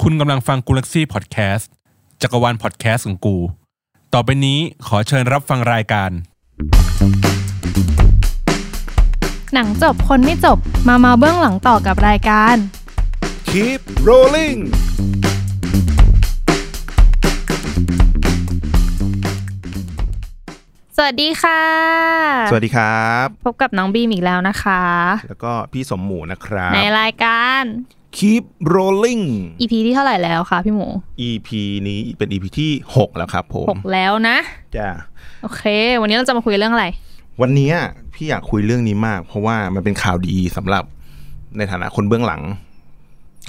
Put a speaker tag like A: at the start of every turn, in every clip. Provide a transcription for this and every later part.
A: คุณกำลังฟังกูลักซี่พอดแคสต์จักรวาลพอดแคสต์ของกู ต่อไปนี้ขอเชิญรับฟังรายการ
B: หนังจบคนไม่จบมาเมาเบื้องหลังต่อกับรายการ
C: Keep rolling
B: สวัสดีค่ะ
C: สวัสดีครับ
B: พบกับน้องบีมอีกแล้วนะคะ
C: แล้วก็พี่สมหมูนะครับ
B: ในรายการ
C: Keep rolling
B: EP ที่เท่าไหร่แล้วคะพี่หมู
C: EP นี้เป็น EP ที่ 6 แล้วครับผม
B: 6 แล้วนะ
C: จ้า
B: โอเค วันนี้เราจะมาคุยเรื่องอะไร
C: วันเนี้ยพี่อยากคุยเรื่องนี้มาก เพราะว่ามันเป็นข่าวดีสำหรับในฐานะคนเบื้องหลัง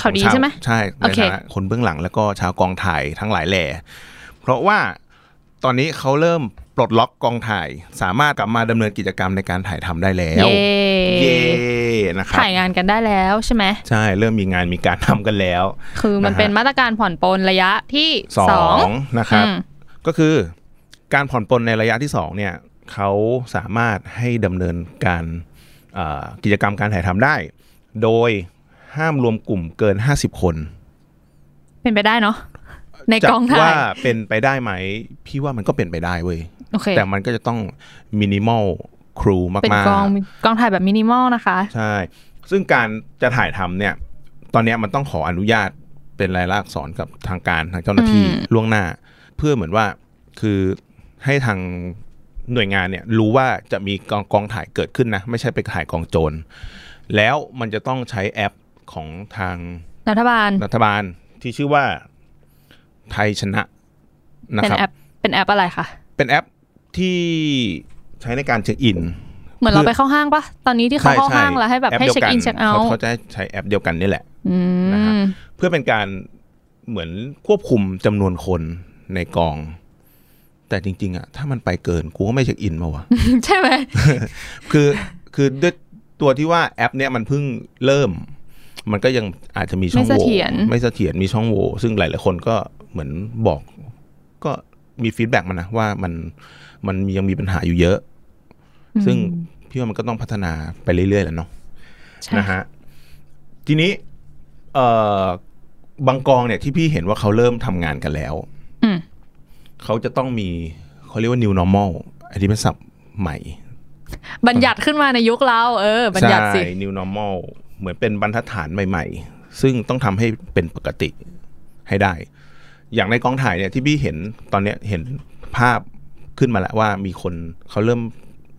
B: ข่าวดี
C: ของ
B: ใช่ไหม
C: ใช่
B: โอ
C: ใน
B: เค
C: ฐานะคนเบื้องหลังแล้วก็ชาวกองถ่ายทั้งหลายแหล่เพราะว่าตอนนี้เขาเริ่มปลดล็อกกองถ่าย สามารถกลับมาดำเนินกิจกรรมในการถ่ายทำได้แล้ว
B: เย้
C: เย้นะครับ
B: ถ่ายงานกันได้แล้วใช่ไหม
C: ใช่เริ่มมีงานมีการทำกันแล้ว
B: คือมัน
C: นะฮะ
B: เป็นมาตรการผ่อนปลนระยะที่
C: สอ
B: สอง
C: งนะครับ
B: อืม
C: ก็คือการผ่อนปลนในระยะที่ 2 เนี่ยเขาสามารถให้ดำเนินการเอ่อกิจกรรมการถ่ายทำได้ โดยห้ามรวมกลุ่มเกิน 50 คน
B: เป็นไปได้เนาะในกอง
C: จะ
B: ถ่า
C: ว่าย เป็นไปได้ไหม พี่ว่ามันก็เป็นไปได้เว้ย
B: โอเค
C: แต่มันก็จะต้องมินิมอลครูมากๆ
B: เป็นกองกองถ่ายแบบมินิมอลนะคะ
C: ใช่ ซึ่งการจะถ่ายทำเนี่ย ตอนเนี้ยมันต้องขออนุญาตเป็นรายลักษณ์อักษรกับทางการทางเจ้าหน้าที่
B: อืม
C: ล่วงหน้า เพื่อเหมือนว่าคือให้ทางหน่วยงานเนี่ยรู้ว่าจะมีกองกองถ่ายเกิดขึ้นนะ ไม่ใช่ไปถ่ายกองโจร แล้วมันจะต้องใช้แอปของทาง
B: รัฐบาล
C: รัฐบาลที่ชื่อว่าไทยชนะนะ
B: เป็น
C: ครับ
B: แอปเป็นแอปอะไรคะ
C: เป็นแอปที่ใช้ในการเช็คอิน
B: เหมือนเราไปเข้าห้างปะตอนนี้ที่เขาเข้าห้างแล้วให้แบบให้เช็คอินเช็คเอาท์
C: เขาจะให้ใช้แอปเดียวกันนี่แหละ
B: อื
C: นะฮะ
B: ม
C: เพื่อเป็นการเหมือนควบคุมจำนวนคนในกอง แต่จริง ๆอะถ้ามันไปเกินกูก็ไม่เช็คอินมาวะ
B: ใช่ไหม
C: คือคือด้วยตัวที่ว่าแอปเนี้ยมันเพิ่งเริ่ม มันก็ยังอาจจะมีช่องโห
B: ไม่เส
C: ว่
B: ถียร
C: ไม่เสถียรมีช่องโหว่ซึ่งหลาย ๆ คนก็เหมือนบอก ก็มีฟีดแบ็กมานะว่ามันมันยังมีปัญหาอยู่เยอะ ซึ่งพี่ว่ามันก็ต้องพัฒนาไปเรื่อย ๆ แหละเนาะ
B: ใช่
C: นะฮะทีนี้เอ่อบางกองเนี่ยที่พี่เห็นว่าเขาเริ่มทำงานกันแล้ว
B: อืม
C: เขาจะต้องมีเขาเรียกว่า new normal อันนี้เป็นศัพท์ใหม่
B: บัญญัติขึ้นมาในยุคเรา เออ บัญญัติสิ
C: ใช่ new normal เหมือนเป็นบรรทัดฐานใหม่ ๆ ซึ่งต้องทำให้เป็นปกติให้ได้ อย่างในกองถ่ายเนี่ยที่พี่เห็นตอนเนี้ยเห็นภาพขึ้นมาแล้วว่ามีคนเขาเริ่ม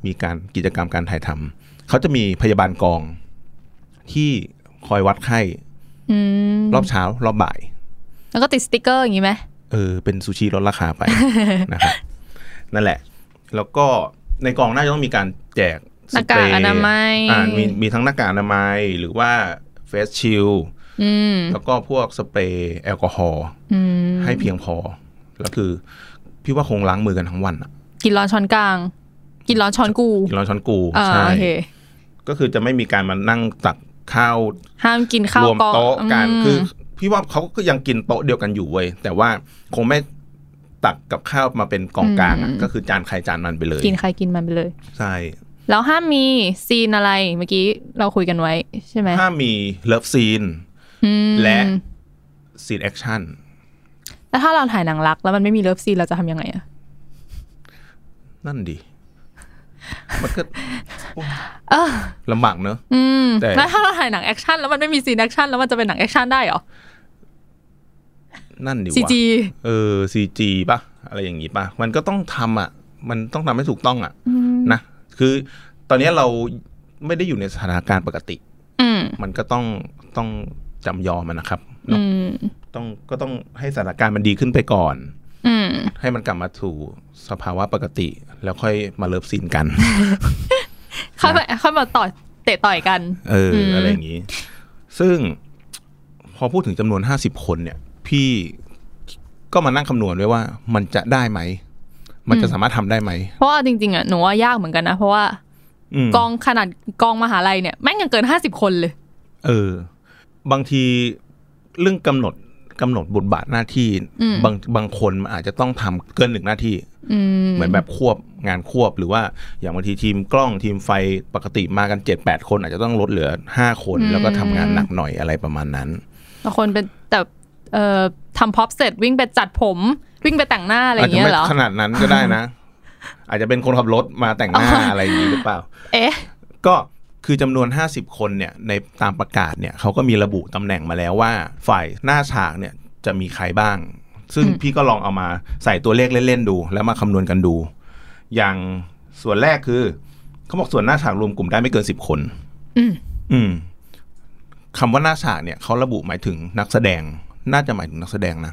C: มีการกิจกรรมการถ่ายทำเขาจะมีพยาบาลกองที่คอยวัดไข้
B: อืม
C: รอบเช้ารอบบ่าย
B: แล้วก็ติดสติกเกอร์อย่างนี้ไหม
C: เออ เป็นซูชิลดรา คาไป นะครับนั่นแหละ แล้วก็ในกองน่าจะต้องมีการแจก
B: หน้ากาก
C: สเปรย์
B: อนามัย
C: อ่ามีมีทั้งหน้ากากอนามัยหรือว่าเฟสชิล
B: อืม
C: แล้วก็พวกสเปรย์แอลกอฮอล์
B: อืม
C: ให้เพียงพอ แล้วคือ พี่ว่าคงล้างมือกันทั้งวันอะ
B: กินร้อนช้อนกลาง กินร้อนช้อนกู
C: กินร้อนช้อนกู
B: อ่า
C: ใช่
B: โอเค
C: ก็คือจะไม่มีการมานั่งตักข้าว
B: ห้ามกินข้าว
C: รวม
B: กอง
C: โต๊ะกัน
B: ม
C: คือพี่ว่าเขาก็ยังกินโต๊ะเดียวกันอยู่เว้ยแต่ว่าคงไม่ตักกับข้าวมาเป็นกองกลางอะก็คือจานใครจานมันไปเลย
B: กินใครกินมันไปเลย
C: ใช่
B: แล้วห้ามมีซีนอะไรเมื่อกี้เราคุยกันไว้ใช่ไหม
C: ถ้ามมีเลิฟซีน
B: อืม
C: และ ซีนแอคชั่น
B: แล้วถ้าเราถ่ายหนังรัก แล้วมันไม่มีเลิฟซีนเราจะทำยังไงอะ
C: นั่นดิมันก็โอ้ย
B: เออ
C: ลำบากเนอะ
B: อืม
C: แต่
B: แล้วถ้าเราถ่ายหนังแอคชั่นแล้วมันไม่มีซีนแอคชั่นแล้วมันจะเป็นหนังแอคชั่นได้เหรอ
C: นั่นดิวะ
B: ซีจี
C: เออซีจีป่ะ อะไรอย่างงี้ป่ะ มันก็ต้องทำอ่ะ มันต้องทำให้ถูกต้องอ่ะนะคือตอนเนี้ยเราไม่ได้อยู่ในสถานการณ์ปกติ
B: อืม
C: มันก็ต้องต้องจำยอมมันนะครับเน
B: อื
C: อะ
B: ม
C: ต้องก็ต้องให้สถานการณ์มันดีขึ้นไปก่อน
B: อืม
C: ให้มันกลับมาถูกสภาวะปกติ แล้วค่อยมาเลิฟซีนกัน
B: ค่อยมาค่อยมาต่อยเตะต่อยกัน
C: เอออ
B: ม
C: อะไรอย่างนี้ ซึ่งพอพูดถึงจำนวนห้าสิบคนเนี่ย พี่ก็มานั่งคำนวณไว้ว่า มันจะได้ไหม มันจะสามารถทำได้ไหม
B: เพราะว่าจริงๆอ่ะหนูว่ายากเหมือนกันนะ เพราะว่า
C: อืม
B: กองขนาดกองมหาลัยเนี่ยแม่งยังเกินห้าสิบคนเลย
C: เออบางทีเรื่องกำหนดกำหนดบทบาทหน้าที่
B: อืม
C: บางบางคนมันอาจจะต้องทำเกินหนึ่งหน้าที่
B: อืม
C: เหมือนแบบควบงานควบหรือว่าอย่างบางทีทีมกล้องทีมไฟปกติมากัน 7 8 คนอาจจะต้องลดเหลือ 5 คนแล้วก็ทำงานหนักหน่อยอะไรประมาณนั้น
B: บางคนเป็นแต่ เอ่อทำพ็อปเสร็จวิ่งไปจัดผม วิ่งไปแต่งหน้าอะไรอ
C: อาจ
B: ย่างเงี้
C: จะ
B: ย
C: ไม่
B: เหรอ
C: ขนาดนั้นก็ได้นะ อาจจะเป็นคนขับรถมาแต่งหน้า
B: อ๋ออ
C: อะไรอย่างนี้หรือเปล่า
B: เอ๊ะ
C: ก็คือจำนวน 50 คนเนี่ยในตามประกาศเนี่ยเขาก็มีระบุตำแหน่งมาแล้วว่า ฝ่ายหน้าฉากเนี่ยจะมีใครบ้าง ซึ่ง
B: อืม
C: พี่ก็ลองเอามาใส่ตัวเลขเล่น ๆ ดู แล้วมาคำนวณกันดู อย่างส่วนแรกคือ เขาบอกส่วนหน้าฉากรวมกลุ่มได้ไม่เกิน 10 คน
B: อืม
C: อืมคำว่าหน้าฉากเนี่ยเขาระบุหมายถึงนักแสดง น่าจะหมายถึงนักแสดงนะ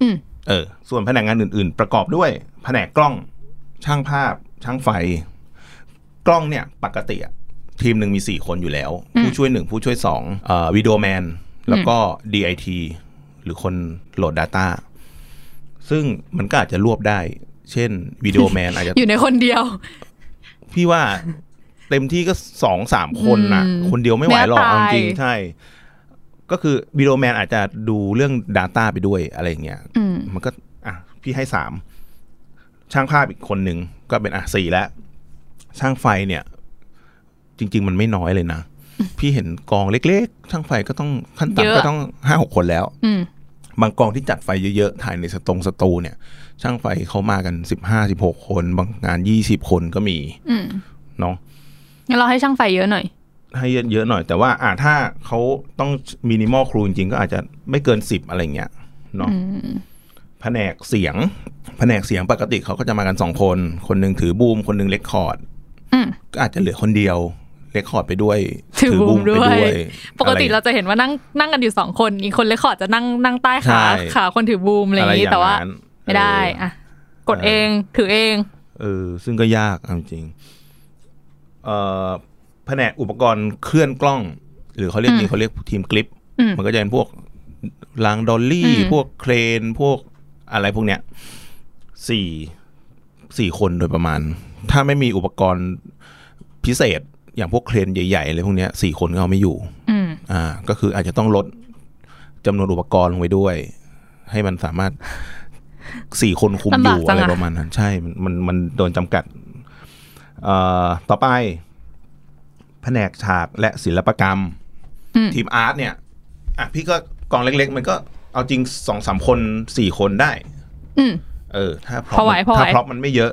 B: อืม
C: เออ ส่วนแผนกงานอื่น ๆ ประกอบด้วย แผนกกล้อง ช่างภาพ ช่างไฟ กล้องเนี่ย ปกติอะทีมหนึ่งมี 4 คนอยู่แล้ว ผู้ช่วย 1 ผู้ช่วย2เอ่อวิดีโอแมน แล้วก็ DIT หรือคนโหลด Data ซึ่งมันก็อาจจะรวบได้ เช่นวิดีโอแมนอาจจะ
B: อยู่ในคนเดียว
C: พี่ว่าเต็มที่ก็สองสามคนนะ
B: อืม
C: คนเดียวไม่ไหวหรอก
B: แม้ตาย
C: เอาจริงๆใช่ ก็คือวิดีโอแมนอาจจะดูเรื่อง Data ไปด้วยอะไรอย่างเงี้ย
B: อืม
C: มันก็อ่ะพี่ให้สามช่างภาพอีกคนหนึ่งก็เป็นอ่ะสี่แล้ว ช่างไฟเนี่ย จริง ๆ มันไม่น้อยเลยนะ พี่เห็นกองเล็ก ๆ ช่างไฟก็ต้องขั้นต่ำก็ต้องห้าหกคนแล้ว
B: อืม
C: บางกองที่จัดไฟเยอะๆ ถ่ายในสตงสตูเนี่ย ช่างไฟเขามากันสิบห้าสิบหกคน บางงานยี่สิบคนก็มี
B: อืม
C: เนาะ
B: งั้นเราให้ช่างไฟเยอะหน่อย
C: ให้เยอะๆหน่อยแต่ว่าอ่าถ้าเขาต้องมินิมอลครูจริงๆก็อาจจะไม่เกินสิบอะไรเงี้ยเนาะแผนกเสียง แผนกเสียงปกติเขาก็จะมากันสองคน คนหนึ่งถือบูม คนหนึ่งเลคคอร์ด
B: อืม
C: ก็อาจจะเหลือคนเดียวเลคคอร์ดไปด้วย
B: ถือบูมด้วย ปกติ
C: อะไร
B: เราจะเห็นว่านั่งนั่งกันอยู่สองคน อีกคนเลคคอร์ดจะนั่งนั่งใต้ขา
C: ใช่
B: ขาคนถือบูมอะไรอย่างนี้แต่ว่า
C: นั้น
B: ไม่ได้
C: เออ
B: อ่ะกด
C: เออ
B: เองถือเอง
C: เออซึ่งก็ยากเอาจริงๆเอ่อแผนกอุปกรณ์เคลื่อนกล้อง หรือเขาเรียกนี้เขาเรียกทีมคลิป
B: อืม
C: มันก็จะเป็นพวกลางดอลลี่
B: อืม
C: พวกเครน พวกอะไรพวกเนี้ยสี่สี่คนโดยประมาณ ถ้าไม่มีอุปกรณ์พิเศษอย่างพวกเครนใหญ่ๆอะไรพวกเนี้ยสี่คนก็เอาไม่อยู่
B: อืม
C: อ่า ก็คืออาจจะต้องลดจำนวนอุปกรณ์ลงไปด้วย ให้มันสามารถสี่คนคุมอยู่ อะไรประมาณนั้น ใช่ มันมันมันโดนจำกัดเอ่อต่อไป แผนกฉากและศิลปกรรม ทีมอาร์ตเนี่ยอ่ะพี่ก็กองเล็ก ๆ มันก็เอาจริงสองสามคนสี่คนได้
B: อืม
C: เออ ถ้าพร็
B: พ
C: อ
B: อ
C: พ
B: ไหวพอไหว
C: ถ้าพร็อพมันไม่เยอะ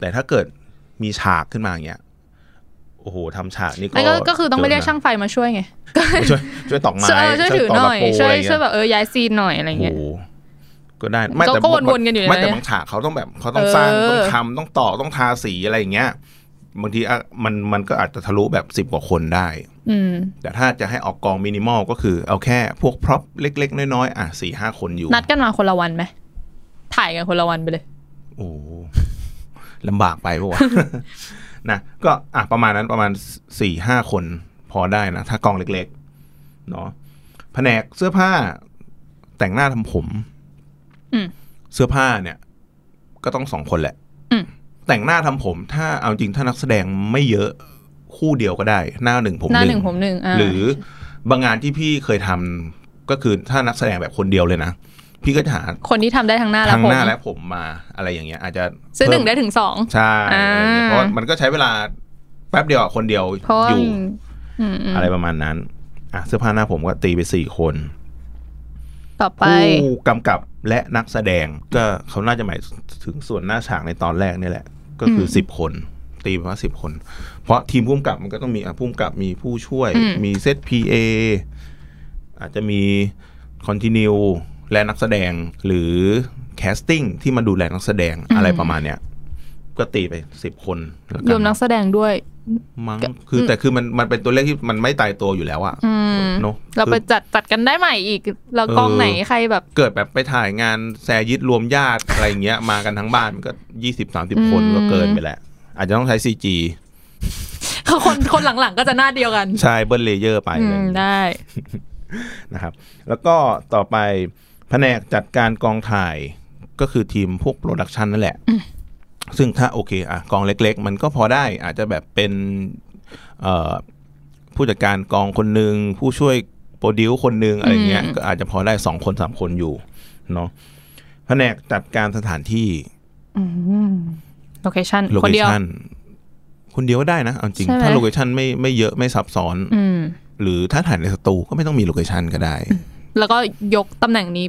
C: แต่ถ้าเกิดมีฉากขึ้นมาอย่างเงี้ยโอ้โหทำฉากนี่ก็
B: แล้วก็ก็คือต้องไปเรียก
C: นะ
B: ช่างไฟมาช่วยไง
C: ช่วยช่วยตอกไม้
B: ช่วยเออช่วยถือ
C: ตก
B: ห
C: ตะ
B: น่อย
C: ปู
B: ช่ว
C: อะไร
B: ย
C: เงี้
B: ช่วยแบบเออย้ายซีนหน่อยอะไร
C: โอ้โห
B: เงี้ย
C: ก็ได้
B: ก็ก็วนๆกันอยู่
C: ไม่แต่
B: นะ
C: บางฉากเขาต้องแบบเขาต้องสร้าง
B: เออ
C: ต้องทำต้องต่อต้องทาสีอะไรอย่างเงี้ยบางทีอะมันมันก็อาจจะทะลุแบบสิบกว่าคนได้
B: อืม
C: แต่ถ้าจะให้ออกกองมินิมอลก็คือเอาแค่พวกพร็อพเล็ก ๆ น้อยๆอ่ะสี่ห้าคนอยู่
B: นัดกันมาคนละวันไหมถ่ายกันคนละวันไปเลย
C: โอ้โห ลำบากไปปะว ะ นะก็อ่ะประมาณนั้นประมาณสี่ห้าคนพอได้นะถ้ากองเล็กๆเนาะแผนกเสื้อผ้าแต่งหน้าทำผม
B: อืม
C: เสื้อผ้าเนี่ย ก็ต้องสองคนแหละ
B: อืม
C: แต่งหน้าทำผม ถ้าเอาจริงถ้านักแสดงไม่เยอะคู่เดียวก็ได้ หน้าหนึ่งผม
B: ห
C: ห
B: น้าหนึ่
C: นึ่
B: ง
C: ง
B: ผมหนึ่งอ่า
C: หรือบางงานที่พี่เคยทำก็คือถ้านักแสดงแบบคนเดียวเลยนะ พี่ก็จะหา
B: คนที่ทำได้ทั้งหน้าและ
C: ทาง
B: ผม
C: หน้าและผมมาอะไรอย่างเงี้ย อาจจะ
B: ซื้อหนึ่ง
C: เพิ่ม
B: ได้ถึงสอง
C: ใช่อะไรอย่างเงี้
B: อ่า
C: ยเพราะมันก็ใช้เวลาแป๊บเดียวอะคนเดียว
B: เพราะว่า
C: อยู่
B: อืมอืม
C: อะไรประมาณนั้น อ่ะเสื้อผ้าหน้าผมก็ตีไปสี่คน
B: ต่อไป
C: ผู้กำกับและนักแสดงก็เขาน่าจะหมายถึงส่วนหน้าฉากในตอนแรกนี่แหละ ก็คือสิบคน ตีไปว่าสิบคน เพราะทีมผู้กำกับมันก็ต้องมีอ่ะผู้กำกับมีผู้ช่วย
B: อืม
C: มีเซตพีเออาจจะมีคอนติเนียและนักแสดงหรือแคสติ้งที่มาดูแลนักแสดงอะไรประมาณเนี้ยก็ตีไปสิบคนแล้ว
B: ร
C: กั
B: วมนักแสดงด้วย
C: มั้งคือแต่คือมันมันเป็นตัวเลขที่มันไม่ตายตัวอยู่แล้วอะ
B: อืม
C: เนอะ
B: เราไป
C: คือ
B: จัดจัดกันได้ใหม่อีกเรากองไหนใครแบบ
C: เกิดแบบไปถ่ายงานแซยิดรวมญาติอะไรอย่างเงี้ย มากันทั้งบ้านมันก็ยี่สิบสามสิบ
B: อืม
C: คนก็เกินไปแหละ อาจจะต้องใช้ซีจี
B: คนคนหลังๆก็จะหน้าเดียวกัน
C: ใช่เบิร์เลเยอร์ไป
B: อื
C: อะไร
B: ม
C: อย่างเงี้ย
B: ได้
C: นะครับ แล้วก็ต่อไปแผนกจัดการกองถ่ายก็คือทีมพวกโปรดักชันนั่นแหละ ซึ่งถ้าโอเคอะกองเล็ก ๆ มันก็พอได้อาจจะแบบเป็นเอ่อผู้จัดการกองคนหนึ่งผู้ช่วยโปรดิวซ์คนหนึ่งอะไรเงี้ย
B: อืม
C: ก็อาจจะพอได้สองคนสามคนอยู่เนาะแผนกจัดการสถานที่
B: โลเคชั่น
C: โล
B: ค
C: เคน
B: เดียว
C: ชันคนเดียวก็ได้นะเอาจริง
B: ใช่ไหม
C: ถ้าโลเคชันไม่ไม่เยอะไม่ซับซ้อน
B: อืม
C: หรือถ้าถ่ายในสตูก็ไม่ต้องมีโลเคชันก็ได้
B: แล้วก็ยกตำแหน่งนี้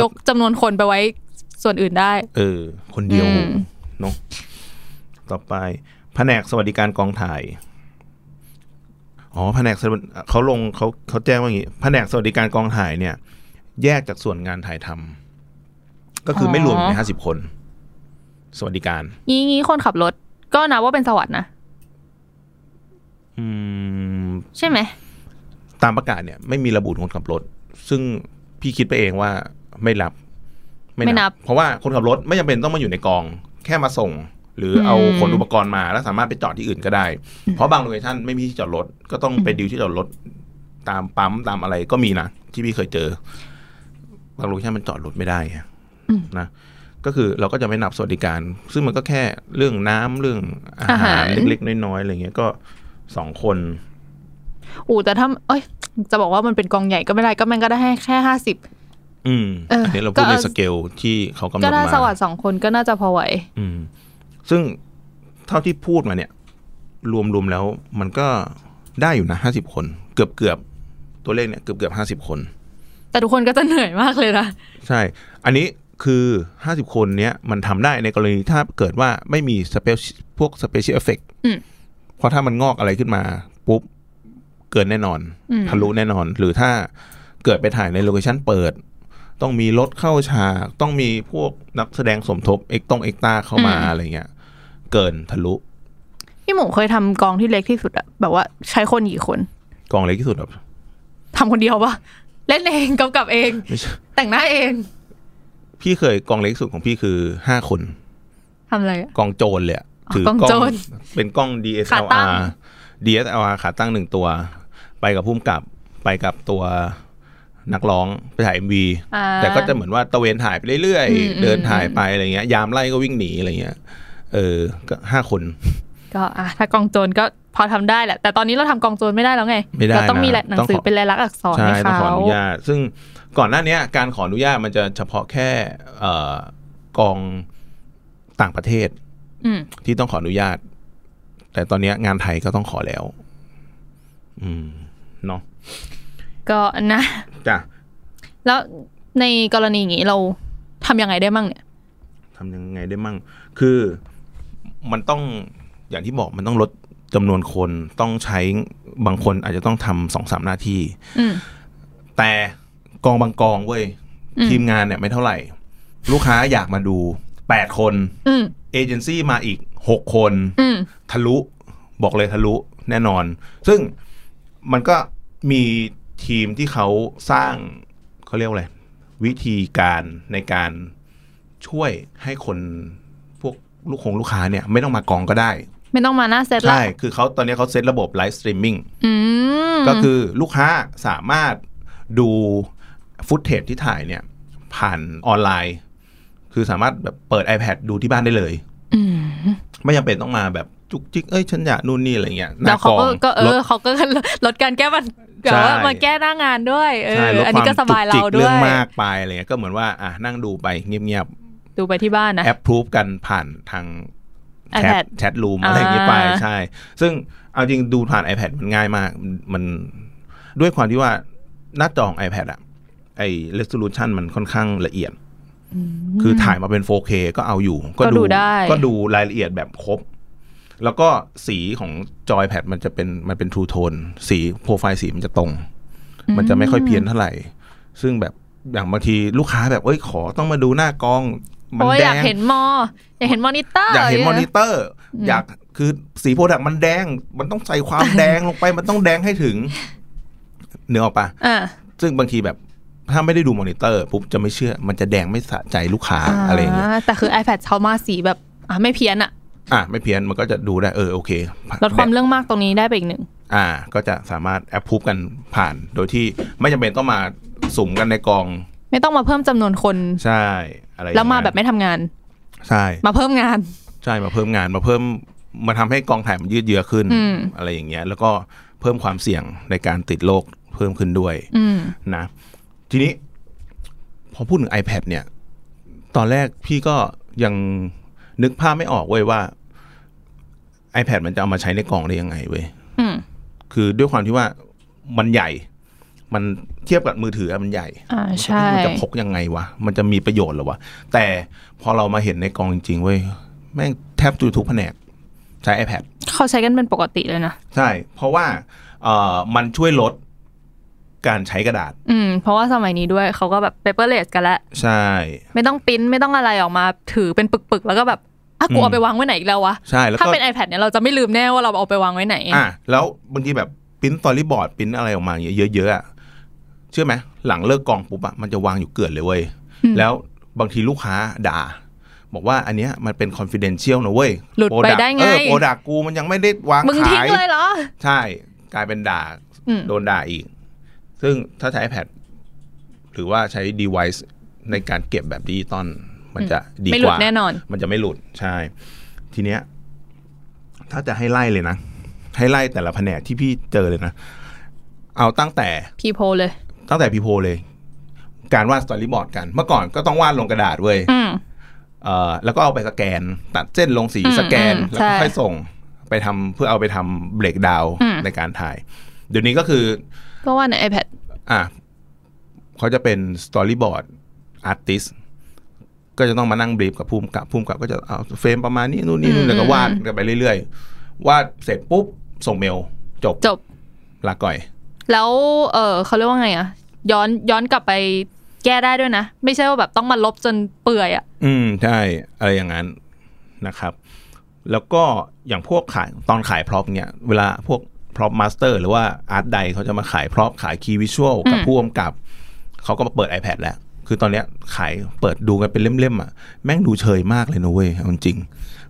B: ยกจำนวนคนไปไว้ส่วนอื่นได้
C: เออ คนเดียว
B: อืม
C: เนาะต่อไป แผนกสวัสดิการกองถ่าย อ๋อแผนกสวัสดิเขาลงเขาเขาแจ้งว่าอย่างนี้แผนกสวัสดิการกองถ่ายเนี่ย แยกจากส่วนงานถ่ายทำก็คือไม่รวมอยู่ในห้าสิบคน สวัสดิการ
B: งี้งี้คนขับรถ ก็นับว่าเป็นสวัสดนะ
C: อืม
B: ใช่ไหม
C: ตามประกาศเนี่ยไม่มีระบุคนขับรถ ซึ่งพี่คิดไปเองว่าไม่รับ เพราะว่าคนขับรถไม่จำเป็นต้องมาอยู่ในกอง แค่มาส่ง หรือเอาขนอุปกรณ์มาแล้วสามารถไปจอดที่อื่นก็ได้ เพราะบางโลเคชั่นไม่มีที่จอดรถ ก็ต้องไปดิวที่จอดรถ ตามปั๊มตามอะไรก็มีนะ ที่พี่เคยเจอ บางโลเคชั่นมันจอดรถไม่ได้อะนะก็คือเราก็จะไม่นับสวัสดิการ ซึ่งมันก็แค่เรื่องน้ำเรื่องอาหารเล็กๆน้อยๆอะไรเงี้ยก็สองคน
B: อู๋แต่ถ้าเอ้ย จะบอกว่ามันเป็นกองใหญ่ก็ไม่ได้ก็มันก็ได้ให้แค่ห้าสิบ
C: อืม
B: เอออั
C: อันนี้เรา
B: ก็
C: พูดใน
B: เอา
C: สเกลที่เขากำหน
B: ก็
C: ด
B: ได้
C: มา
B: สวัสดสองคนก็น่าจะพอไหว
C: อืม ซึ่งเท่าที่พูดมาเนี่ย รวมรวมแล้ว มันก็ได้อยู่นะห้าสิบคน เกือบเกือบๆตัวเลขเนี่ยเกือบเกือบห้าสิบคน
B: แต่ทุกคนก็จะเหนื่อยมากเลยนะ
C: ใช่ อันนี้คือห้าสิบคนเนี้ยมันทำได้ในกรณีถ้าเกิดว่าไม่มีสเปพวกสเปเชียลเอฟเฟกเพราะถ้ามันงอกอะไรขึ้นมา ปุ๊บ เกินแน่นอน ทะลุแน่นอน หรือถ้าเกิดไปถ่ายในโลเคชั่นเปิด ต้องมีรถเข้าฉาก ต้องมีพวกนักแสดงสมทบเอกต้องเอกตาเข้ามาอะไรเงี้ย เกินทะลุ
B: พี่หมูเคยทำกองที่เล็กที่สุดอะแบบว่าใช้คนกี่คน
C: กองเล็กที่สุดแบบ
B: ทำคนเดียวปะเล่นเองกำกับเอง
C: ไม่ใช่
B: แต่งหน้าเอง
C: พี่เคยกองเล็กที่สุดของพี่คือห้าคน
B: ทำอะไรอะ
C: กองโจรเลยอะ
B: อ๋อ
C: ถือก
B: องโจร
C: เป็นกล้อง
B: ขาตั้ง
C: DSLR DSLR ขาตั้งหนึ่งตัว ไปกับพุ่มกับไปกับตัวนักร้องไปถ่าย MV
B: อ่า
C: แต่ก็จะเหมือนว่าตะเวนถ่ายไปเรื่อย
B: อืม
C: ๆ เดินถ่ายไปอะไรเงี้ย ยามไล่ก็วิ่งหนีอะไรเงี้ย เออ ก็ห้าคน
B: ก็อ่ะถ้ากองโจรก็พอทำได้แหละ แต่ตอนนี้เราทำกองโจรไม่ได้แล้วไง
C: ไม่ได้
B: เราต้อง
C: นะ
B: มีแหละหนังสื
C: ต้
B: อ
C: องขอ
B: เป็นลายลักษณ์อักษร
C: ใช่
B: ให้
C: ต้องขอ
B: เขา
C: อนุญาต ซึ่งก่อนหน้าเนี้ยการขออนุญาตมันจะเฉพาะแค่เอ่อกองต่างประเทศ
B: อืม
C: ที่ต้องขออนุญาต แต่ตอนเนี้ยงานไทยก็ต้องขอแล้ว อืมเนาะ
B: ก็นะ
C: จ้ะ
B: แล้วในกรณีอย่างนี้เราทำยังไงได้มั่งเนี่ย
C: ทำยังไงได้มั่ง คือมันต้องอย่างที่บอกมันต้องลดจำนวนคนต้องใช้บางคนอาจจะต้องทำสองสามหน้าที่
B: อืม
C: แต่กองบางกองเว้ย
B: อืม
C: ทีมงานเนี่ยไม่เท่าไหร่ ลูกค้าอยากมาดูแปดคน
B: อืม
C: เอเจนซี่มาอีกหกคน
B: อืม
C: ทะลุบอกเลยทะลุแน่นอน ซึ่งมันก็มีทีมที่เขาสร้างเขาเรียกว่าอะไร วิธีการในการช่วยให้คนพวกลูกคงลูกค้าเนี่ย ไม่ต้องมากองก็ได้
B: ไม่ต้องมาหน้าเซตละ
C: ใช่ คือเขาตอนนี้เขาเซตระบบไลฟ์สตรีมมิ่ง
B: อืม
C: ก็คือลูกค้าสามารถดูฟุตเทจที่ถ่ายเนี่ย ผ่านออนไลน์ คือสามารถแบบเปิด iPad ดูที่บ้านได้เลย
B: ม
C: ไม่จำเป็นต้องมาแบบจุกจิก เอ้ย ฉันอยากนู่นนี่อะไรเงี้ยห
B: แล้
C: น้าว
B: เขา
C: กอง
B: ก็ก็เอ
C: ลด
B: อเขาก็ ลดการแก้ปัญแบบว่า
C: ใช่
B: มาแก้หน้างานด้วย เออ
C: ใช่ลด
B: อัน
C: ควา
B: นี้
C: ม
B: ก็สบาย
C: จุ
B: เรา
C: กจิก
B: ด้
C: เรื่
B: ว
C: อง
B: ย
C: มากไปอะไรเงี้ยก็เหมือนว่าอ่ะนั่งดูไปเงียบ
B: ดูไปที่บ้าน
C: ๆ
B: นะ
C: แอปพรูฟกันผ่านทางแช
B: iPad
C: ทแชทรูมอะไรอย่างงี้ไป
B: อ่า
C: ใช่ ซึ่งเอาจริงดูผ่าน iPad มันง่ายมาก มันด้วยความที่ว่าหน้าจอของ iPad อะไอ้ resolution มันค่อนข้างละเอียด คือถ่ายมาเป็น 4K ก็เอาอยู่
B: ก็ดูได้
C: ก็ดูรายละเอียดแบบครบ แล้วก็สีของจอยแพดมันจะเป็นมันเป็น True Tone สีโปรไฟล์สีมันจะตรง มันจะไม่ค่อยเพี้ยนเท่าไหร่ ซึ่งแบบอย่างบางทีลูกค้าแบบเอ้ยขอต้องมาดูหน้ากล้อง มั
B: โอ้ย
C: แด
B: อยาก
C: ง
B: เห็นมอ อยากเห็นมอนิเตอร์
C: อยากเห็นมอนิ
B: เ
C: เตอร์ อยากคือสีโปรดักต์มันแดง มันต้องใส่ความแดงลงไปมันต้องแดงให้ถึงเนื้อออกปะ
B: อ่า
C: ซึ่งบางทีแบบถ้าไม่ได้ดูมอนิเตอร์ปุ๊บจะไม่เชื่อ มันจะแดงไม่สะใจลูกค้าอะไรอย่างเงี้ย
B: แต่คือ iPad เขามาสีแบบอ่ะไม่เพี้ยนอะ
C: อ่ะไม่เพี้ยนมันก็จะดูได้เออโอเค
B: ลดความเรื่องมากตรงนี้ได้ไปอีกหนึ่ง
C: อ่า ก็จะสามารถแอปพูฟกันผ่าน โดยที่ไม่จำเป็นต้องมาสุ่มกันในกอง
B: ไม่ต้องมาเพิ่มจำนวนคน
C: ใช่อะไรอย่ง
B: แล้ว
C: นั้น
B: มาแบบไม่ทำงาน
C: ใช่
B: มาเพิ่มงาน
C: ใช่มาเพิ่มงานมาเพิ่มมาทำให้กองถ่ายมันยืดเยื้อขึ้น
B: อืม
C: อะไรอย่างเงี้ย แล้วก็เพิ่มความเสี่ยงในการติดโรคเพิ่มขึ้นด้วย
B: อืม
C: นะทีนี้พอพูดถึง iPad เนี่ย ตอนแรกพี่ก็ยังนึกภาพไม่ออกเว้ยว่า iPad มันจะเอามาใช้ในกล่องได้ยังไงเว้ย
B: อืม
C: คือด้วยความที่ว่ามันใหญ่ มันเทียบกับมือถืออะมันใหญ่
B: อ่าใช่
C: มันจะพกยังไงวะ มันจะมีประโยชน์เหรอวะ แต่พอเรามาเห็นในกองจริงๆเว้ย แม่งแทบจะทุกแผนก ใช้ iPad
B: เขาใช้กันเป็นปกติเลยนะ
C: ใช่ เพราะว่าเอ่อมันช่วยลดการใช้กระดาษ
B: อืม เพราะว่าสมัยนี้ด้วยเขาก็แบบ paperless กันแล้ว
C: ใช่
B: ไม่ต้องปริ้นไม่ต้องอะไรออกมาถือเป็นปึกๆ แล้วก็แบบอ่ะกู
C: อืม
B: เอาไปวางไว้ไหนอีกแล้ววะ
C: ใช่ แล้ว
B: ถ้า
C: ก็
B: เป็น iPad เนี่ยเราจะไม่ลืมแน่ว่าเราเอาไปวางไว้ไหน
C: อ่ะ แล้วบางทีแบบปริ้นตอรี่บอร์ดปริ้นอะไรออกมาอย่างเงี้ยเยอะๆอะเชื่อไหม หลังเลิกกองปุ๊บอะมันจะวางอยู่เกลื่อนเลยเว้ย
B: อืม
C: แล้วบางทีลูกค้าด่า บอกว่าอันเนี้ยมันเป็น confidential นะเว้ย
B: หลุดไปได้ไง
C: เออโปรดักกูมันยังไม่ได้วาง
B: มึงทิ้ง
C: ขาย
B: เลยเหรอ
C: ใช่กลายเป็นด่า
B: อืม
C: โดนด่าอีก ซึ่งถ้าใช้ iPad หรือว่าใช้ device ในการเก็บแบบดิจิตอลมันจะดี
B: ไม่ห
C: ก
B: ลุด
C: ว่า
B: แน่นอน
C: มันจะไม่หลุดใช่ ทีเนี้ย ถ้าจะให้ไล่เลยนะ ให้ไล่แต่ละแผนกที่พี่เจอเลยนะ เอาตั้งแต่
B: พีโพเลย
C: ตั้งแต่พีโพเลย การวาดสตอรี่บอร์ดกัน เมื่อก่อนก็ต้องวาดลงกระดาษเว้ย
B: อืม
C: เอ่อแล้วก็เอาไปสแกน ตัดเส้นลงสี
B: อืม
C: สแกน
B: อืม
C: แล้วก็
B: ใช่
C: ค่อยส่งไปทำเพื่อเอาไปทำเบรกดาว
B: อืม
C: ในการถ่าย เดี๋ยวนี้ก็คือ
B: เพราะว่าใน iPad
C: อ่ะเขาจะเป็นสตอรี่บอร์ดอาร์ติสก็จะต้องมานั่งบรีฟกับภูมิกับภูมิกับก็จะเอาเฟรมประมาณนี้นู่นนี่นู่
B: อืม
C: นแล้วก็วาดกันไปเรื่อยๆ วาดเสร็จปุ๊บ ส่งเมล จบ
B: จบ
C: ลาก่อย
B: แล้ว เออเขาเรียกว่าไงอะย้อนย้อนกลับไปแก้ได้ด้วยนะ ไม่ใช่ว่าแบบต้องมาลบจนเปื่อยอะ
C: อืม ใช่ อะไรอย่างนั้นนะครับ แล้วก็อย่างพวกขายตอนขายพร็อพเนี่ย เวลาพวกพร็อพมาสเตอร์หรือว่าอาร์ตไดเขาจะมาขายพร็อพขายคีย์วิชวลกับผู้กำกับ เขาก็มาเปิด iPad แล้ว คือตอนเนี้ยขายเปิดดูกันเป็นเล่มๆอ่ะ แม่งดูเชยมากเลยนะเว้ยเอาจริง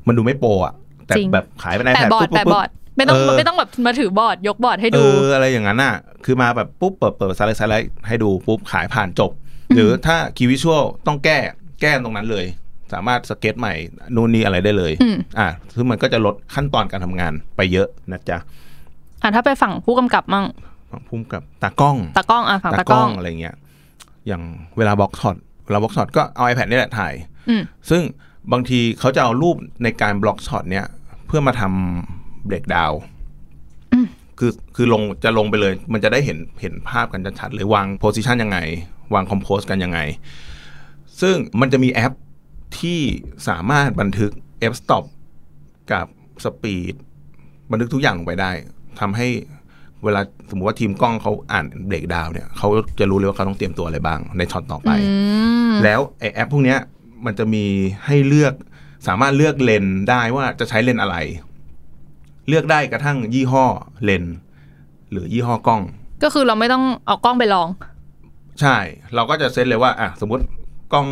C: มันดูไม่โปรอ่ะ แต่แบบขายเป็น
B: แต่
C: iPad
B: บอร์ด
C: ปุ๊บ
B: แต่
C: ปุ๊บ
B: บอร์ดไม่ต้อง
C: เออ
B: ไม่ต้องแบบมาถือบอร์ดยกบอร์ดให้
C: เอ
B: ดู
C: ออะไรอย่างนั้นอ่ะ คือมาแบบปุ๊บเปิดเปิดสไลด์สไลด์ให้ดูปุ๊บขายผ่านจบ หรือถ้าคีย์วิชวลต้องแก้แก้ตรงนั้นเลย สามารถสเก็ตใหม่นู่นนี่อะไรได้เลย
B: อืม
C: อ่ะซึ่งมันก็จะลดขั้นตอนการทำงานไปเยอะนะจ๊ะ
B: อ่ะถ้าไปฝั่งผู้กำกับมั่ง
C: พุ่มกับตากล้อง
B: ตากล้องอ่ะฝั่งตากล้อง
C: อะไรเงี้ย อย่างเวลาบล็อกช็อตเวลาบล็อกช็อตก็เอา iPad นี่แหละถ่าย
B: อืม
C: ซึ่งบางทีเขาจะเอารูปในการบล็อกช็อตเนี่ย เพื่อมาทำเบรกดาวคือคือลงจะลงไปเลย มันจะได้เห็นเห็นภาพกันชัดๆเลยวางโพสิชันยังไง วางคอมโพสกันยังไง ซึ่งมันจะมีแอปที่สามารถบันทึก f stop กับ speed บันทึกทุกอย่างลงไปได้ทำให้เวลาสมมติว่าทีมกล้องเขาอ่านเบรกดาวเนี่ยเขาจะรู้เลยว่าเขาต้องเตรียมตัวอะไรบ้างในช็อตต่อไป
B: อืม
C: แล้วไอแอปพวกเนี้ยมันจะมีให้เลือกสามารถเลือกเลนส์ได้ว่าจะใช้เลนส์อะไร เลือกได้กระทั่งยี่ห้อเลนส์หรือยี่ห้อกล้อง
B: ก็คือเราไม่ต้องเอากล้องไปลอง
C: ใช่ เราก็จะเซตเลยว่าอ่ะสมมติกล้อง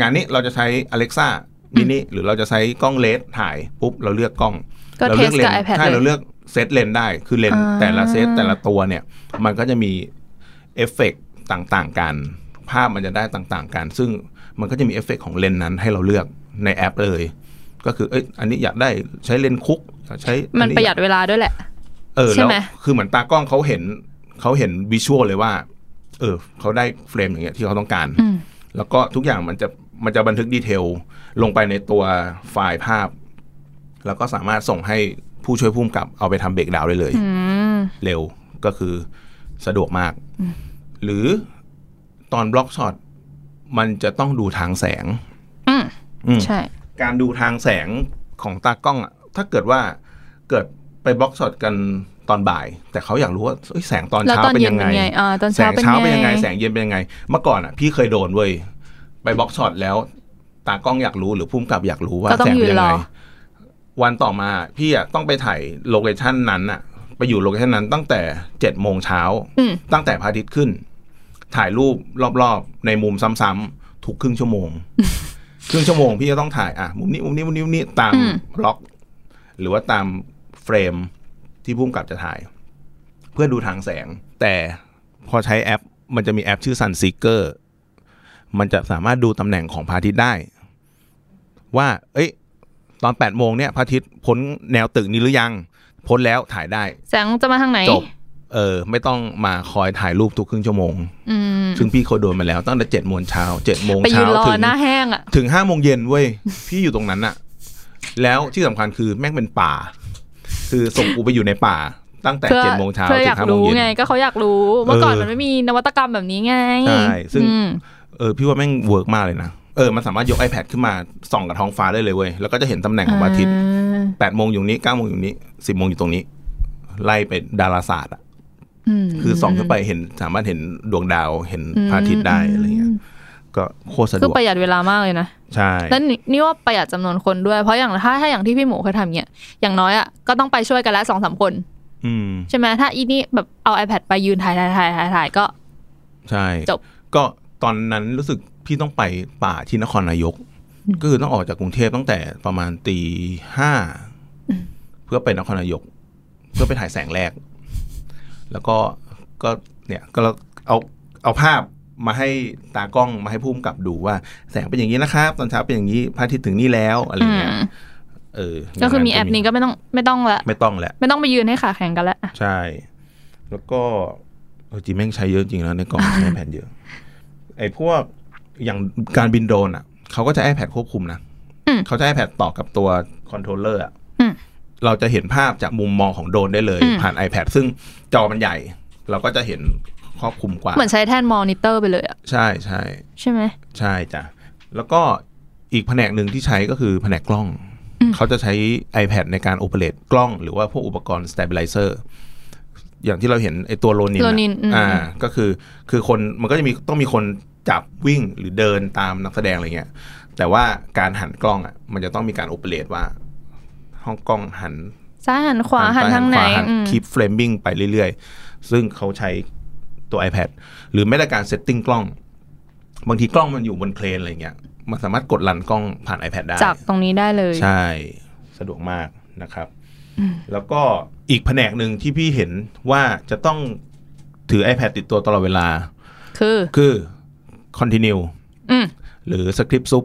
C: งานนี้เราจะใช้ Alexa มินิหรือเราจะใช้กล้องเลนส์ถ่ายปุ๊บเราเลือกกล้อง
B: ก็
C: เรา
B: เทส
C: เลืเล
B: กับ
C: นส์
B: iPad
C: ใช่
B: เล
C: เรา
B: ย
C: เลือกเซตเลนส์ได้คือเลนส์
B: อ่า
C: แต่ละเซตแต่ละตัวเนี่ย มันก็จะมีเอฟเฟกต์ต่างๆกัน ภาพมันจะได้ต่างๆกัน ซึ่งมันก็จะมีเอฟเฟกต์ของเลนส์นั้นให้เราเลือกในแอปเลย ก็คือเอ้ยอันนี้อยากได้ใช้เลนส์คุกอยากใช้
B: มัน
C: อั
B: ประหยัดเวลาด้วยแหละ
C: เออ
B: ใช่
C: แล้ว
B: ไหม
C: คือเหมือนตากล้องเขาเห็นเขาเห็นวิชวลเลยว่า เออเขาได้เฟรมอย่างเงี้ยที่เขาต้องการ
B: อืม
C: แล้วก็ทุกอย่างมันจะมันจะบันทึกดีเทลลงไปในตัวไฟล์ภาพ แล้วก็สามารถส่งให้ผู้ช่วยผู้กำกับเอาไปทำเบรกดาวน์ได้เลย
B: อืม
C: เร็วก็คือสะดวกมาก หรือตอนบล็อกช็อตมันจะต้องดูทางแสง
B: อืม
C: อืม
B: ใช่
C: การดูทางแสงของตากล้องอะถ้าเกิดว่าเกิดไปบล็อกช็อตกันตอนบ่าย แต่เขาอยากรู้ว่าเอ้ยแสงตอน
B: แล้ว
C: เช้า
B: ตอน
C: เป็น
B: เย็น
C: ยัง
B: เป็
C: ไง
B: นไงอ่าตอน
C: แส
B: เช้าง เป็น
C: เช้าเป็นยัง
B: ไง
C: ไง แสงเย็นเป็นยังไง เมื่อก่อนอ่ะ พี่เคยโดนเว้ยไปบล็อกช็อตแล้ว ตากล้องอยากรู้หรือพุ่มกับอยากรู้ว่า
B: ก็ต้อ
C: แส
B: ง
C: ง
B: ยื
C: เป็น
B: น
C: ยัง
B: ร
C: ไง
B: อ
C: วันต่อมาพี่อ่ะต้องไปถ่ายโลเคชันนั้นอ่ะ ไปอยู่โลเคชันนั้นตั้งแต่เจ็ดโมงเช้า
B: อืม
C: ตั้งแต่พระอาทิตย์ขึ้น ถ่ายรูปรอบๆ ในมุมซ้ำๆทุกครึ่งชั่วโมง ครึ่งชั่วโมงพี่จะต้องถ่ายอ่ะมุมนี้มุมนี้มุมนี้มุมนี้ตาม
B: อืม
C: บล็อก หรือว่าตามเฟรมที่พุ่มกับจะถ่าย เพื่อดูทางแสง แต่พอใช้แอป มันจะมีแอปชื่อ Sun Seeker มันจะสามารถดูตำแหน่งของพระอาทิตย์ได้ ว่า เอ้ย ตอน 8 โมงเนี่ยพระอาทิตย์พ้นแนวตึกนี้หรือยัง พ้นแล้วถ่ายได้
B: แสงจะมาทางไหน
C: จบ เออ ไม่ต้องมาคอยถ่ายรูปทุกครึ่งชั่วโมง
B: อืม
C: ซึ่งพี่เคยโดนมาแล้วตั้งแต่เจ็ดโมงเช้าเจ็ดโมง
B: ไปยื
C: เช้าน
B: รอ
C: ถึง
B: หน้าแห้งอ่ะ
C: ถึงห้าโมงเย็นเว้ย พี่อยู่ตรงนั้นอะแล้วที่สำคัญคือแม่งเป็นป่า คือส่งกูไปอยู่ในป่า ตั้งแต่
B: เพื่อ
C: เจ็ดโมงเช้า
B: เพื่อ
C: ถึ
B: อยาง ก
C: ห้าโมง
B: รู้
C: เย็น
B: ไงก็เขาอยากรู้ เมื่อก่อน
C: เออ
B: มันไม่มีนวัตกรรมแบบนี้ไง
C: ใช่ซึ่ง
B: อืม
C: เออพี่ว่าแม่งเวิร์กมากเลยนะ เออมันสามารถยก iPad ขึ้นมาส่องกับท้องฟ้าได้เลยเว้ย แล้วก็จะเห็นตำแหน่งของพระอาทิตย์แปดโมงอยู่นี้เก้าโมงอยู่นี้สิบโมงอยู่ตรงนี้ ไล่ไปดาราศาสตร์อะคือส่องขึ้นไปเห็นสามารถเห็นดวงดาวเห็นพระอาทิตย์ได้อะไรเงี้ยก็โคตรสะด
B: คือ
C: วก
B: ประหยัดเวลามากเลยนะ
C: ใช่
B: แล้วนี่นี่ว่าประหยัดจำนวนคนด้วย เพราะอย่างถ้าถ้าอย่างที่พี่หมูเคยทำเนี่ยอย่างน้อยอ่ะก็ต้องไปช่วยกันละสองสามคน
C: อืม
B: ใช่ไหมถ้าอีนี่แบบเอา iPad ไปยืนถ่ายถ่ายถ่ายถ่ายถ่ายก็
C: ใช่
B: จบ
C: ก็ตอนนั้นรู้สึกพี่ต้องไปป่าที่นครนายก ก็คือต้องออกจากกรุงเทพตั้งแต่ประมาณตีห้าเพื่อไปนครนายก เพื่อไปถ่ายแสงแรก แล้วก็ก็เนี่ยก็เราเอาเอาภาพมาให้ตากล้องมาให้ผู้กำกับดูว่า แสงเป็นอย่างนี้นะครับ ตอนเช้าเป็นอย่างนี้พระอาทิตย์ถึงนี่แล้วอะไร
B: อื
C: เงี้ย
B: ม
C: เออ
B: ก็คือมีแอปนี้ก็ไม่ต้องไม่ต้องละ
C: ไม่ต้องแหละ
B: ไม่ต้องไปยืนให้ขาแข็งกันละ
C: ใช่ แล้วก็เออจริงแม่งใช้เยอะจริงแล้วในก ล่องใช้ iPad เยอะ ไอ้พวกอย่างการบินโดรนอ่ะเขาก็จะ iPad ควบคุมนะเขาจะ iPad ต่อกับตัวคอนโทรลเลอร์อ่ะ
B: อืม
C: เราจะเห็นภาพจากมุมมองของโดรนได้เลย
B: อืม
C: ผ่าน iPad ซึ่งจอมันใหญ่ เราก็จะเห็นครอบคลุมกว่า
B: เหมือนใช้แท่นมอนิเตอร์ไปเลยอ่ะ
C: ใช่ใช่
B: ใช่ไหม
C: ใช่จ้ะแล้วก็อีกแผนกหนึ่งที่ใช้ก็คือแผนกกล้อง
B: อืม
C: เขาจะใช้ iPad ในการโอเปเรตกล้องหรือว่าพวกอุปกรณ์ stabilizer อย่างที่เราเห็นไอตัวโลนิน
B: โล
C: อะ
B: นินอืม
C: อ่า ก็คือคือคนมันก็จะมีต้องมีคนจับวิ่งหรือเดินตามนักแสดงอะไรเงี้ย แต่ว่าการหันกล้องอ่ะ มันจะต้องมีการโอเปเรตว่า ห้องกล้องหัน
B: ซ้ายหันขวาหัน
C: ซ้ย
B: ทางไหน
C: ขวหั
B: อืม
C: คีปเฟรมบิ n งไปเรื่อยๆ ซึ่งเขาใช้ตัว iPad หรือแม้แต่การเซตติ้งกล้อง บางทีกล้องมันอยู่บนเครนอะไรเงี้ยมันสามารถกดลันกล้องผ่าน iPad ได้
B: จับตรงนี้ได้เลย
C: ใช่ สะดวกมากนะครับ แล้วก็อีกแผนกหนึ่งที่พี่เห็นว่าจะต้องถือ iPad ติดตัวตลอดเวลา
B: คือ
C: คือ Continue
B: อืม
C: หรือ Script Sup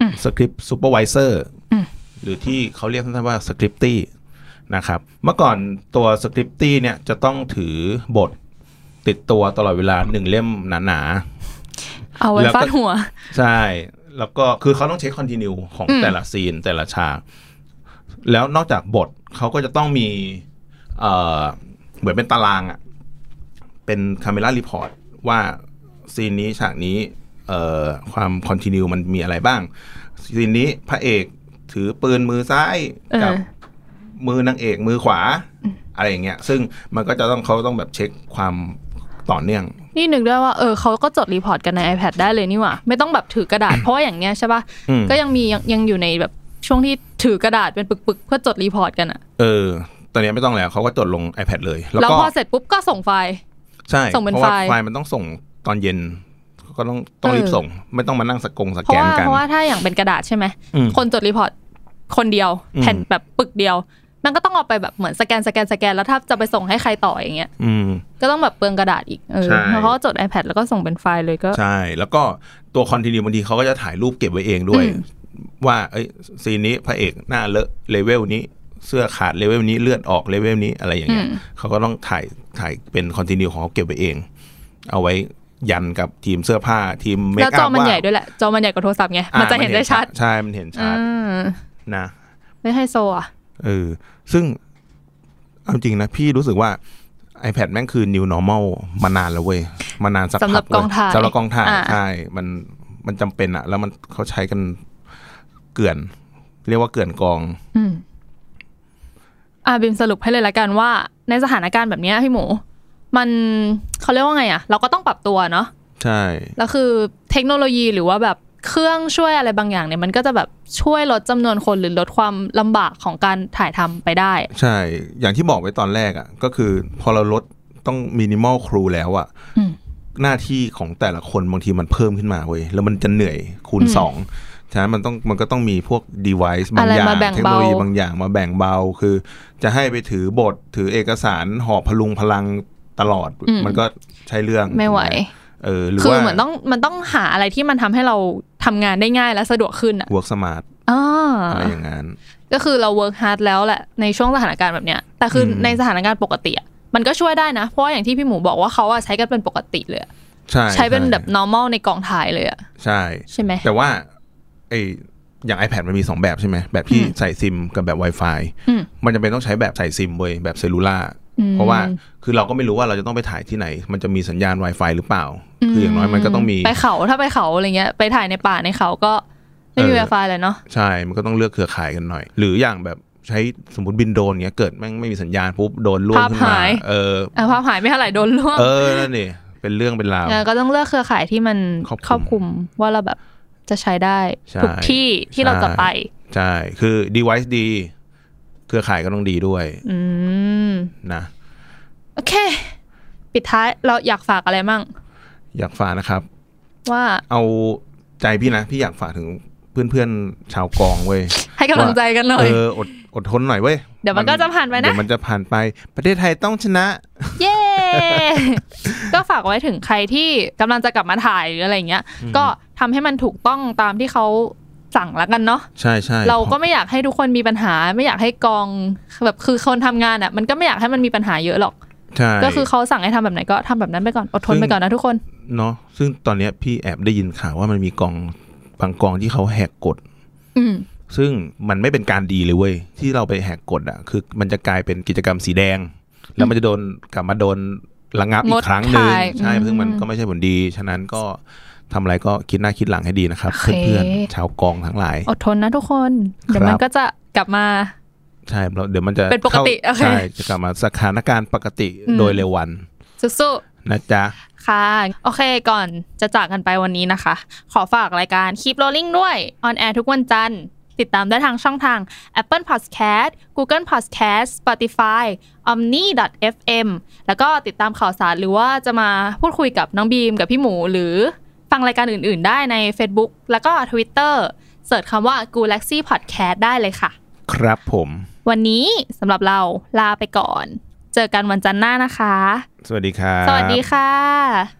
B: อืม
C: Script Supervisor
B: อืม
C: หรือที่เขาเรียกสั้นๆว่า Scripty นะครับ เมื่อก่อนตัว Scripty เนี่ยจะต้องถือบทติดตัวตลอดเวลาหนึ่งเล่มหนา
B: เอาไว้
C: แล้วก็
B: ฟาดหัว
C: ๆ ใช่ แล้วก็คือเขาต้องเช็คคอนติเนียของ
B: อืม
C: แต่ละซีนแต่ละฉาก แล้วนอกจากบทเขาก็จะต้องมี เอ่อ เหมือนเป็นตารางอะเป็นคาเมล่ารีพอร์ตว่าซีนนี้ฉากนี้ เอ่อ ความคอนติเนียมันมีอะไรบ้าง ซีนนี้พระเอกถือปืนมือซ้าย
B: เอ
C: กับ
B: อ
C: มือนางเอกมือขวา อะไรอย่างเงี้ย ซึ่งมันก็จะต้องเขาต้องแบบเช็คความต่อเนื่อง
B: นี่นึกได้ว่าเออเขาก็จดรีพอร์ตกันใน iPad ได้เลยนี่หว่า ไม่ต้องแบบถือกระดาษ เพราะว่าอย่างเงี้ยใช่ป่ะ
C: อืม
B: ก็ยังมียังยังอยู่ในแบบช่วงที่ถือกระดาษเป็นปึกๆ เพื่อจดรีพอร์ตกันอะ
C: เออ ตอนเนี้ยไม่ต้องแล้วเขาก็จดลง iPad เลย แล้ว
B: แล้ว
C: ก็
B: พอเสร็จปุ๊บก็ส่งไฟล์
C: ใช่
B: ส่งเป็น
C: เพราะว่า
B: ไฟล์
C: ไฟล์มันต้องส่งตอนเย็น ก็ต้องต้องรีบ
B: เออ
C: ส่ง ไม่ต้องมานั่งสกงส
B: เพ
C: แก
B: ราะ
C: น
B: ว่า
C: กัน
B: เพราะว่าถ้าอย่างเป็นกระดาษใช่ไหม
C: อืม
B: คนจดรีพอร์ตคนเดียว
C: อืม
B: แผ่นแบบปึกเดียว มันก็ต้องเอาไปแบบเหมือนสแกนสแกนสแกนแล้วถ้าจะไปส่งให้ใครต่ออย่างเงี้ย
C: อืม
B: ก็ต้องแบบเปลืองกระดาษอีกเออ
C: ใช่
B: แล้วเขาก็จด iPad แล้วก็ส่งเป็นไฟล์เลยก็
C: ใช่ แล้วก็ตัวคอนติเนียบางทีเขาก็จะถ่ายรูปเก็บไว้เองด้วย
B: อืม
C: ว่าเอ้ยซีนนี้พระเอกหน้าเลอะเลเวลนี้เสื้อขาดเลเวลนี้เลือดออกเลเวลนี้อะไรอย่างเงี้ยเขาก็ต้องถ่ายถ่ายเป็นคอนติเนียของเขาเก็บไว้เอง เอาไว้ยันกับทีมเสื้อผ้าทีมเมค
B: แล้ว
C: อัพ
B: จอมัน
C: ว่า
B: ใหญ่ด้วยแหละจอมันใหญ่กว่าโทรศัพท์ไง
C: อ่า
B: มันจะเห็นได้ชัด
C: ใช่มันเห็นชัด
B: อืม
C: นะ
B: ไม่ไฮโซอ่ะ
C: เออซึ่งเอาจริงนะ พี่รู้สึกว่า iPad แม่งคือ new normal มานานแล้วเว้ยมานานสักพั
B: สำหรับ
C: เว้
B: กองถ่าย
C: สำหรับกองถ่าย
B: อ่า
C: ใช่มันมันจำเป็นอะแล้วมันเขาใช้กันเกลื่อน เรียกว่าเกลื่อนกอง
B: อืมอ่าบิมสรุปให้เลยละกันว่า ในสถานการณ์แบบเนี้ยพี่หมู มันเขาเรียกว่าไงอะเราก็ต้องปรับตัวเนาะ
C: ใช่
B: แล้วคือเทคโนโลยีหรือว่าแบบเครื่องช่วยอะไรบางอย่างเนี่ยมันก็จะแบบช่วยลดจำนวนคนหรือลดความลำบากของการถ่ายทำไปได้
C: ใช่ อย่างที่บอกไว้ตอนแรกอะ่ะ ก็คือพอเราลดต้องมินิมอลครูแล้วอะ่ะ
B: อืม
C: หน้าที่ของแต่ละคนบางทีมันเพิ่มขึ้นมาเว้ย แล้วมันจะเหนื่อยคูณ
B: อืม
C: สองฉะนั้นมันต้องมันก็ต้องมีพวก device บา
B: อะ
C: ง
B: ไร
C: อย่าง
B: มาแบ่ง
C: เทคโนโลยี
B: เบา
C: บางอย่างมาแบ่งเบา คือ จะให้ไปถือบท ถือเอกสารหอบพลุงพลังตลอด มันก็ใช่เรื่อง
B: ไม่ไหว
C: เออ หรือ
B: คือ
C: ว่า
B: เหมือนต้องมันต้องหาอะไรที่มันทำให้เราทำงานได้ง่ายและสะดวกขึ้นอะ
C: work smart
B: อ่า
C: อะไรอย่างนั้น
B: ก็คือเรา work hard แล้วแหละในช่วงสถานการณ์แบบเนี้ยแต่คืออ
C: ม
B: ในสถานการณ์ปกติอะมันก็ช่วยได้นะ เพราะว่าอย่างที่พี่หมูบอกว่าเขาอะใช้กันเป็นปกติเลยอะ
C: ใช่
B: ใช้เป็นแบบ normal ในกองถ่ายเลยอะ
C: ใช่
B: ใช่ไหม
C: แต่ว่าไออย่าง iPad มันมี 2 แบบใช่ไหมแบบที่
B: อืม
C: ใส่ซิมกับแบบ Wi-Fi
B: อืม
C: มันจะเป็นต้องใช้แบบใส่ซิมเว้ยแบบเซลลูล่า
B: อืม
C: เพราะว่าคือเราก็ไม่รู้ว่าเราจะต้องไปถ่ายที่ไหน มันจะมีสัญญาณ Wi-Fi หรือเปล่า คืออย่างน้อยมันก็ต้องมี
B: ไปเขาถ้าไปเขาอะไรเงี้ยไปถ่ายในป่าในเขาก็ไม่มี
C: เอ
B: ไว
C: อ
B: ไฟเลยเนาะ
C: ใช่ มันก็ต้องเลือกเครือข่ายกันหน่อย หรืออย่างแบบใช้สมมติบินโดรนเงี้ย เกิดแม่งไม่มีสัญญาณปุ๊บโดนล่วงขึ้นมา เออ
B: อ่ะภาพหายไม่เท่าไหร่โดนล่วง
C: เออ นั่นนี่ เป็นเรื่องเป็นราว
B: เออก็ต้องเลือกเครือข่ายที่มัน
C: ครอบคลุม
B: ครอบคลุมว่าเราแบบจะใช้ได้
C: ใช่
B: ทุกที่ที่เราจะ
C: ใช่
B: ไป
C: ใช่ คือ device ดี เครือข่ายก็ต้องดีด้วย
B: อืม
C: นะ
B: โอเค ปิดท้ายเราอยากฝากอะไรมั่ง
C: อยากฝากนะครับ
B: ว่า
C: เอาใจพี่นะ พี่อยากฝากถึงเพื่อนๆชาวกองเว้ย
B: ให้กำลังใจกันหน่อย
C: เอออดอดทนหน่อยเว้ย
B: เดี๋ยวมันก็จะผ่านไปนะ
C: เดี๋ยวมันจะผ่านไป ประเทศไทยต้องชนะ
B: เย้ ก็ฝากไว้ถึงใครที่กำลังจะกลับมาถ่ายหรืออะไรเงี้ย ก็ทำให้มันถูกต้องตามที่เขาสั่งละกันเนาะ
C: ใช่ใช่
B: เราก็ไม่อยากให้ทุกคนมีปัญหา ไม่อยากให้กองแบบคือคนทำงานอ่ะ มันก็ไม่อยากให้มันมีปัญหาเยอะหรอก
C: ใช่
B: ก็คือเขาสั่งให้ทำแบบไหนก็ทำแบบนั้นไปก่อน อดทน
C: ซึ่ง
B: ไปก่อนนะทุกคน
C: เนาะซึ่งตอนเนี้ยพี่แอบได้ยินข่าวว่ามันมีกองบางกองที่เขาแหกกฎ
B: อืม
C: ซึ่งมันไม่เป็นการดีเลยเว้ย ที่เราไปแหกกฎอ่ะ คือมันจะกลายเป็นกิจกรรมสีแดง แล้วมันจะโดนกลับมาโดนระงับอี
B: งด
C: กครั้งหนึ่ง
B: ถ่าย
C: ใช่
B: อืม
C: ซึ่งมันก็ไม่ใช่ผลดี ฉะนั้นก็ทำอะไรก็คิดหน้าคิดหลังให้ดีนะครับ
B: โอเค
C: เพื่อนๆชาวกองทั้งหลาย
B: อดทนนะทุกคน เดี๋ยวมันก็จะกลับมา
C: ใช่แล้วเดี๋ยวมันจะ
B: เป็นปกติ
C: ข้า
B: โอเค
C: ใช่จะกลับมาสถานการณ์ปกติ
B: อืม
C: โดยเร็ววัน
B: สู้ๆ
C: นะจ๊ะ
B: ค่ะโอเคก่อนจะจากกันไปวันนี้นะคะ ขอฝากรายการ Keep Rolling ด้วย on air ทุกวันจันทร์ติดตามได้ทางช่องทาง Apple Podcast Google Podcast Spotify omni.fm แล้วก็ติดตามข่าวสารหรือว่าจะมาพูดคุยกับน้องบีมกับพี่หมูหรือฟังรายการอื่นๆ ได้ใน Facebook แล้วก็ Twitter เสิร์ชคำว่า Galaxy Podcast ได้เลยค่ะ
C: ครับผม
B: วันนี้สำหรับเราลาไปก่อน เจอกันวันจันทร์หน้านะคะ
C: สวัสดีครับ
B: สวัสดีค่ะ